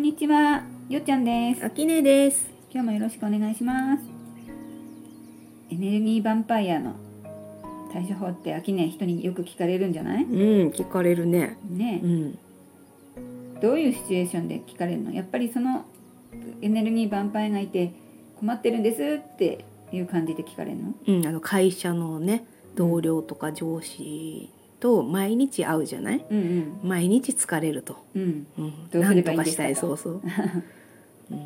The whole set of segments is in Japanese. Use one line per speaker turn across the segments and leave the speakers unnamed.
にちは、よっちゃんです。
あきねです。
今日もよろしくお願いします。エネルギーヴァンパイアの対処法って秋ね、人によく聞かれるんじゃない
うん、聞かれるね。
ね
う、ん。
どういうシチュエーションで聞かれるのやっぱりそのエネルギーヴァンパイアがいて困ってるんですっていう感じで聞かれるの
うん、あの会社のね、同僚とか上司と毎日会うじゃない。
うん
毎日疲れると。
うん。うん。
うん。
どうすればいいん
なんとか
で
し
すか
たい。
と
そうそう。うん。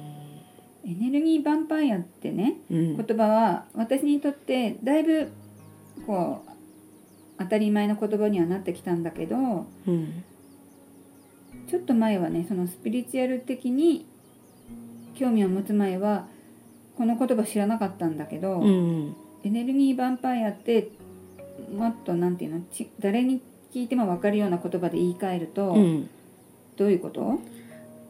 エネルギーヴァンパイアってね、
うん。
言葉は私にとってだいぶこう当たり前の言葉にはなってきたんだけど
うん。
ちょっと前はねそのスピリチュアル的に興味を持つ前はこの言葉知らなかったんだけど、
うん。
エネルギーヴァンパイアってもっとなんていうのち誰に聞いても分かるような言葉で言い換えると、
うん。
どういうこと、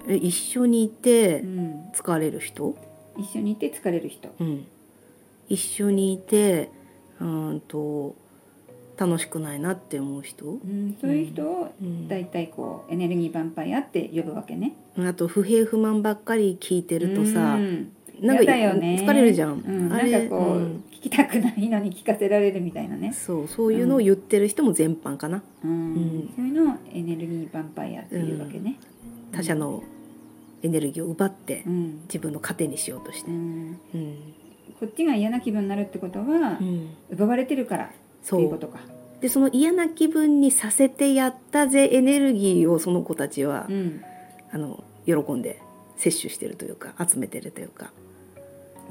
え一緒にいうて
ん、
疲れる人。
一緒にいて疲れる人、
うん。一緒にいて、うーんと。楽しくないなって思う人
う。ん、そういう人を
うん。
大体こうエネルギーヴァンパイアって呼ぶわけね。
あと不平不満ばっかり聞いてるとさ。
うん
なんか
やだよね
疲れるじゃん。
うん、
あ
なん
れ
かこう、
うん
聞きたくないのに聞かせられるみたいなね、
そうそういうのを言ってる人も全般かな、
うん
うん
そういうのをエネルギーヴァンパイアっていうわけね、
他者のエネルギーを奪って
うん
自分の糧にしようとし
う
て、
ん
うん
こっちが嫌な気分になるってことは、
うん
奪われてるからって
そ
いうこ
う
とか、
でその嫌な気分にさせてやったぜエネルギーをその子たちは、
うん、
あの喜んで摂取してるというか集めてるというか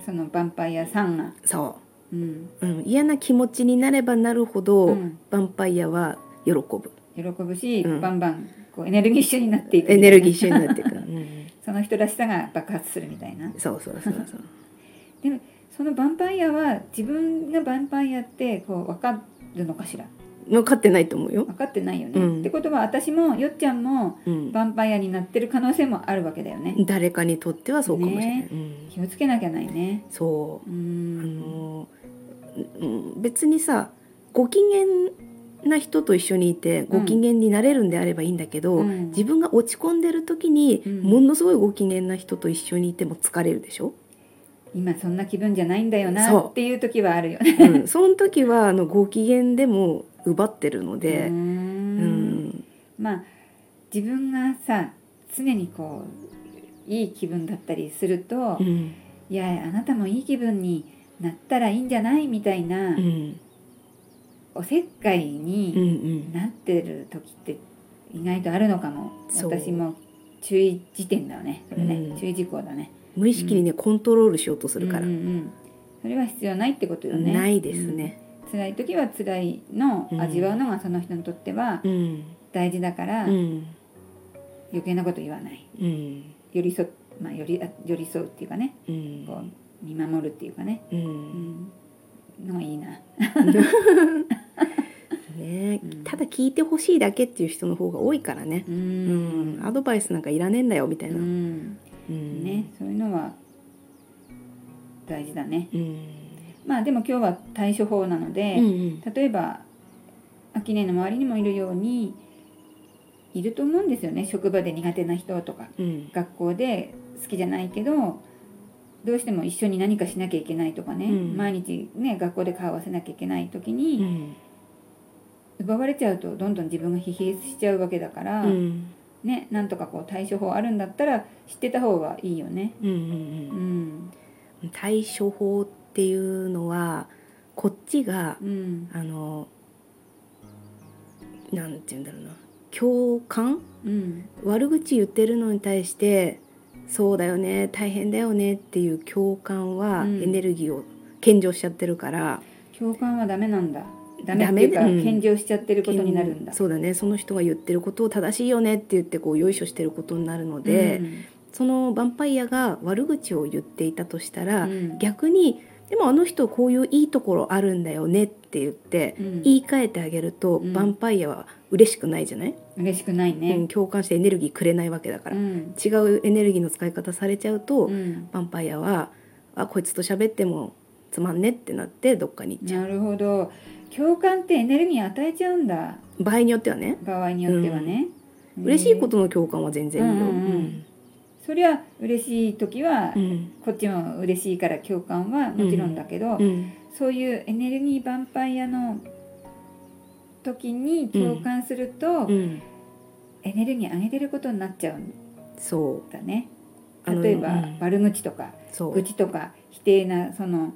そのヴァンパイアさんが、
そ
うん
う、うん、嫌な気持ちになればなるほど、
うん
ヴァンパイアは喜ぶ
喜ぶし、
うん
バンバンこうエネルギッシュになっていく
エネルギッ
ュ
シュになっていく、 うん、
その人らしさが爆発するみたいな
そうそうそうそう
でもそのヴァンパイアは自分がヴァンパイアってこう分かるのかしら
分かってないと思うよ
分、かってないよね、
うん
ってことは私もよっちゃんも
うん
ヴァンパイアになってる可能性もあるわけだよね、
誰かにとってはそうかもしれない、
ね
うん、
気をつけなきゃないね
そう
ー
う、あ
ん
のうん別にさご機嫌な人と一緒にいてご機嫌になれるんであればいいんだけど、
うん
自分が落ち込んでる時に、
うん
ものすごいご機嫌な人と一緒にいても疲れるで しょ、
今そんな気分じゃないんだよな
そう
っていう時はあるよね
うん、その時はあのご機嫌でも奪ってるの
うー
で、うん
んまあ自分がさ常にこういい気分だったりすると、
うん
いやあなたもいい気分になったらいいんじゃないみたいな、
うん
おせっかい
うんう
に
ん
なってる時って意外とあるのかも
そう
私も注意時点だよねそれね、
うん
注意事項だね
無意識にねコントロールしようとするから、
うんうんうんそれは必要ないってことよね
ないです、ね、
うん辛い時は辛いのを味わうのがその人にとっては
うん
大事だから、
うん
余計なこと言わない
うん
寄り添,、まあ、寄りあ寄り添うっていうかね
う
こ
ん
う見守るっていうかね、
う
うんん、のがいいな
ね
うん
ただ聞いてほしいだけっていう人の方が多いからね
う、
うん
ん
アドバイスなんかいらねえんだよみたいな、
うん
うん
ねそういうのは大事だね
うん
まあでも今日は対処法なので、
うんうん
例えば秋音の周りにもいるようにいると思うんですよね職場で苦手な人とか
うん
学校で好きじゃないけどどうしても一緒に何かしなきゃいけないとかね、
うん
毎日ね学校で顔合わせなきゃいけない時
う
に、
ん
奪われちゃうとどんどん自分が疲弊しちゃうわけだから、
うん
ねなんとかこう対処法あるんだったら知ってた方がいいよね。
うんう
うんん
うん対処法っていうのはこっちが
うん
あのなんて言うんだろうな共感
うん
悪口言ってるのに対してそうだよね大変だよねっていう共感は
うん
エネルギーを献上しちゃってるから、
共感はダメなんだダメっていうか
ダメうん
献上しちゃってることになるんだ。
そうだねその人が言ってることを正しいよねって言ってこうよいしょしてることになるので、そのヴァンパイアが悪口を言っていたとした
う
ら、
ん、うん
逆に「でもあの人こういういいところあるんだよね」って言って、
うん
言い換えてあげると、
うん
ヴァンパイアは嬉しくないじゃない、
嬉しくない
うん
ね。
共感してエネルギーくれないわけだか
う
ら、
ん
違うエネルギーの使い方されちゃうと、
う
ヴ
ん、
ァンパイアは「あこいつと喋ってもつまんね」ってなってどっかに行っちゃう、
なるほど共感ってエネルギー与えちゃうんだ
場合によってはね
場合によってはね。
嬉しいこととの共感は全然いいよ、
うんうんうんそりゃ嬉しい時は、
うん
こっちも嬉しいから共感はもちろんだけど、
うん
そういうエネルギーバンパイアの時に共感すると、
うん
エネルギー上げてることになっちゃうん
そう
だね
あの
例えば、
うん
悪口とか
そう
愚痴とか否定なその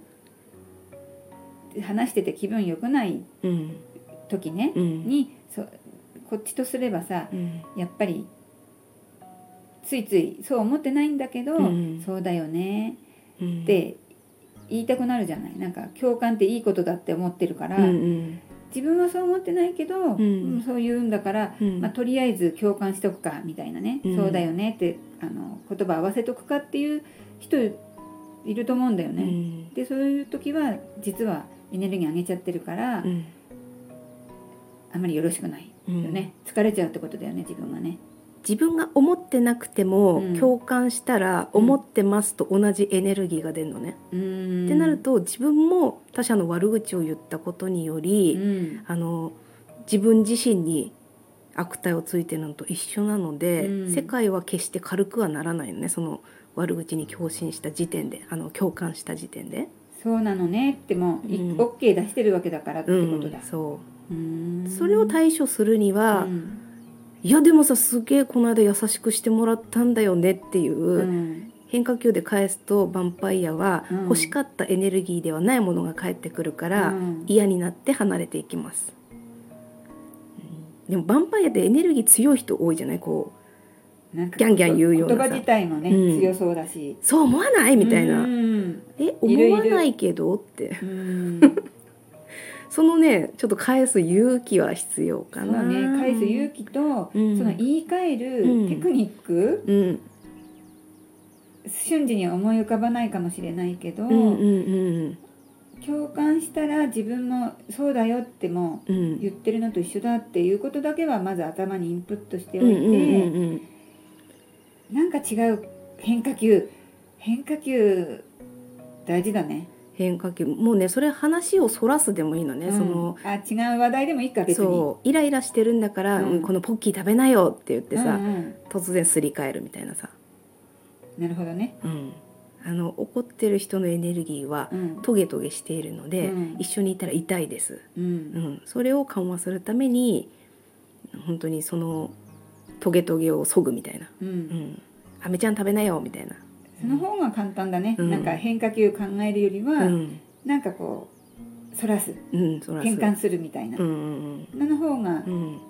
話してて気分良くない
うん
時ね、
うん
にそこっちとすればさ
うん
やっぱりついついそう思ってないんだけど、
うん
そうだよね
うん
って言いたくなるじゃないなんか共感っていいことだって思ってるから、
うんうん
自分はそう思ってないけど、
ん
うんそう言うんだから、
うん
まあ、とりあえず共感しとくかみたいなね、
うん
そうだよねってあの言葉合わせとくかっていう人いると思うんだよ
う
ね。
ん
でそういう時は実はエネルギー上げちゃってるから、
うん
あまりよろしくないよね、疲れちゃうってことだよね自分がね。
自分が思ってなくても、
うん
共感したら
うん
思ってますと同じエネルギーが出るのね。
うーん
ってなると自分も他者の悪口を言ったことによ
う
り、
ん
あの自分自身に悪態をついてるのと一緒なので、
うん
世界は決して軽くはならないのねその悪口に共振した時点であの共感した時点で。
そうなのねってもう、い
うん
OK 出してるわけだからって
う
ことだ
ん、。そう
ー
うんそれを対処するには、
うん
いやでもさすげえこの間優しくしてもらったんだよねっていう。
うん
変化球で返すとヴァンパイアは
うん
欲しかったエネルギーではないものが返ってくるから、
うん
嫌になって離れていきます、うんでもヴァンパイアってエネルギー強い人多いじゃないこ
なんか
ギャンギャン言うようなさ
言葉自体もね、
うん
強そうだし
うそう思わないみたいな、
うん
え
いるいる
思わないけどって
うん
そのねちょっと返す勇気は必要
そ
か
う
な
ね返す勇気と、
うん
その言い換え
うん
るテクニック、
うん
瞬時に思い浮かばないかもしれないけど、
うんうんうん
共感したら自分もそうだよっても
うんう
うん言ってるのと一緒だっていうことだけはまず頭にインプットしてお
う
い
ん
て、
うんうん
なんか違う変化球変化球大事だね
変化球もうねそれ話をそらすでもいいのね、
うん
その
あ違う話題でもいいか別に
そうイライラしてるんだから、
うん
うんこのポッキー食べなよって言ってさ、
うんうん
突然すり替えるみたいなさ、
なるほどね、
うん、あの怒ってる人のエネルギーは
うん
トゲトゲしているので、
うん
一緒にいたら痛いです、
う
うんん、それを緩和するために本当にそのトゲトゲを削ぐみたいな
う、
「うんん、アメちゃん食べなよ」みたいな。
その方が簡単だね、
うん
なんか変化球考えるよりは、
うん
なんかこうそらす
うん、そらす
転換するみたいな、
うんうん
のの方が
うんうん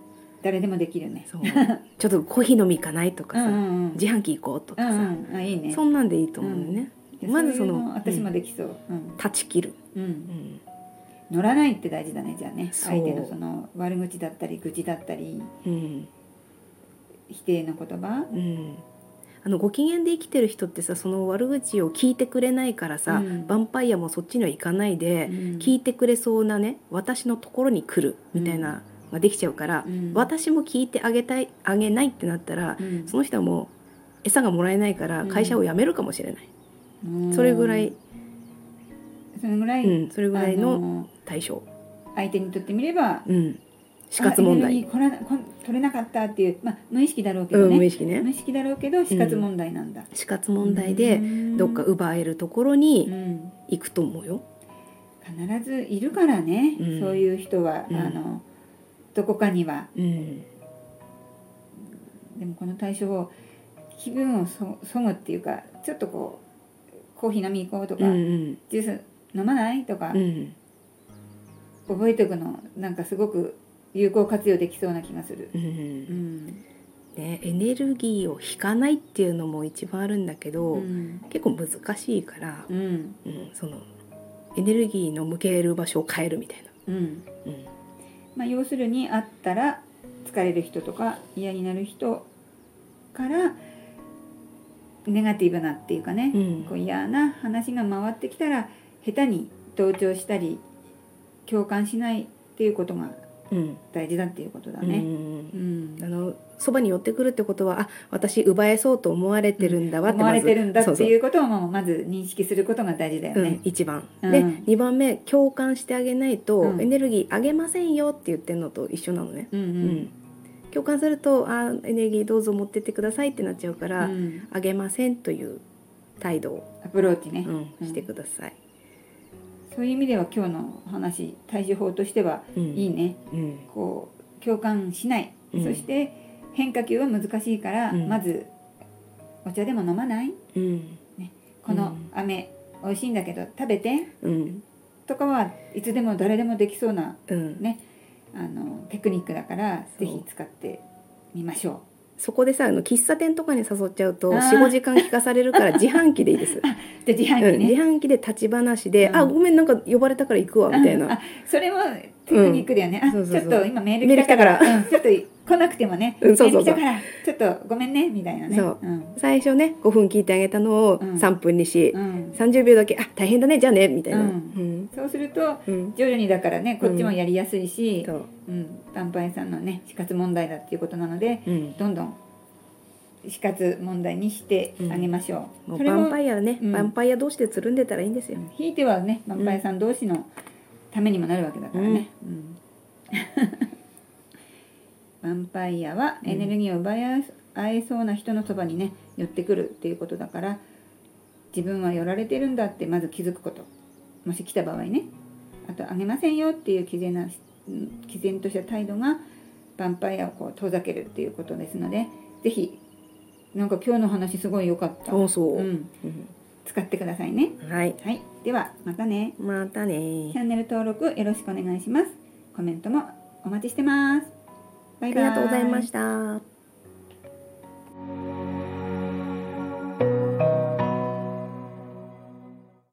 誰でもできるね、
そう ちょっとコーヒー飲み行かないと
う
か
ん
さ、
うんうん
自販機行こうと
う
かさ、
んうんあいいね
そんなんでいいと思うんだよね、
いや
まずその
ういう私も
うん
できそう、うん
断ち切る、
うん
うん、
乗らないって大事だねじゃあね
そう
相手のその悪口だったり愚痴だったり
うん
否定の言葉
うん、あのご機嫌で生きてる人ってさその悪口を聞いてくれないからさ、
うん
ヴァンパイアもそっちには行かないで、
うん
聞いてくれそうなね私のところに来るみたいな、ができちゃうから、
うん
私も聞いてあげたいあげないってなったら、
うん
その人はもう餌がもらえないから
うん
会社を辞めるかもしれない、
うん
それぐらい、
それぐら
う
い、
んそれぐらい
あ
の
の
対処、
相手にとってみれば
うん、死活問題、
こらこん取れなかったっていう、まあ、無意識だろうけ
う
ど
ん、無
ね、
意識ね
無意識だろうけど死活問題なんだ、
死活問題で
うん
どっか奪えるところ
う
に
ん、
行くと思うよ。
必ずいるからね、
うん
そういう人は、
うん
あのどこかには
うん
でもこの対処法気分をそそぐっていうかちょっとこうコーヒー飲み行こうとか、
うんうん
ジュース飲まないとか、
うん
覚えておくのなんかすごく有効活用できそうな気がする、
う
うんん
ね、エネルギーを引かないっていうのも一番あるんだけど、
うん
結構難しいから
う、ん
うん、そのエネルギーの向ける場所を変えるみたいな、
うん
うん
まあ、要するに会ったら疲れる人とか嫌になる人からネガティブなっていうかね、
うん
こう嫌な話が回ってきたら下手に同調したり共感しないっていうことが
うん
大事だっていうことだ
う
ね。
ん
うん
あのそばに寄ってくるってことはあ私奪えそうと思われてるんだわって
思われてるんだって
う
いうことをもうまず認識することが大事だよ
そう、う
ね
ん。、1番、
うん
で2番目共感してあげないと、
うん
エネルギー上げませんよって言ってるのと一緒なのね、
うんう
うんん共感するとあーエネルギーどうぞ持ってってくださいってなっちゃうから、
うん
あげませんという態度を、
アプローチね、
うん
うん
してください。
そういう意味では今日のお話対処法としては
うん
いいね、
うん
こう共感しない、
うん
そして変化球は難しいから、
うん
まずお茶でも飲まない
うん
こ
う
の
ん
飴、美味しいんだけど食べて
うん
とかはいつでも誰でもできそうな
うん、
ねあのテクニックだから
そ
ぜ
う
ひ使ってみましょ
そこでさあの喫茶店とかに誘っちゃうと
あー
45時間聞かされ るから自販機でいいです、
うで自販
う
機
ん、自
ね、
販機で立ち話で「
うん
あごめんなんか呼ばれたから行くわ」みた い
あ
な
それもテクニックだよね、
うん
あ
そうそうそう
ちょっと今メール来たから
メ
うん、ちょっと来なくてもね
うんそうそうそう
メール来たからちょっとごめんねみたいなね
そう、
ん
最初ね5分聞いてあげたのを
うん
3分にし、
うん、
30秒だけ「あ大変だねじゃあね」みたいな。
う
うんん
そうすると
うん
徐々にだからねこっちもやりやすいし、
そう
うん、バンパイさんのね死活問題だっていうことなので
うん
どんどん死活問題にしてあげましょう、
もう
そ
ヴ
れ
ァ
も
ンパイアはね、
うん
ヴァンパイア同士でつるんでたらいいんですよ。
ひいてはねバンパイさん同士のためにもなるわけだからね、うんヴァンパイアはエネルギーを奪い合えそうな人のそばにね寄ってくるっていうことだから自分は寄られてるんだってまず気づくこともし来た場合ねあとあげませんよっていう毅然なうん毅然とした態度がヴァンパイアをこう遠ざけるっていうことですので是非なんか今日の話すごい良かった、
あそう、
うん、使ってくださいね
うんはい
はい、ではまたね。
またね
チャンネル登録よろしくお願いします。コメントもお待ちしてます。バ
あ
イ
り
バイ。
がとうございました。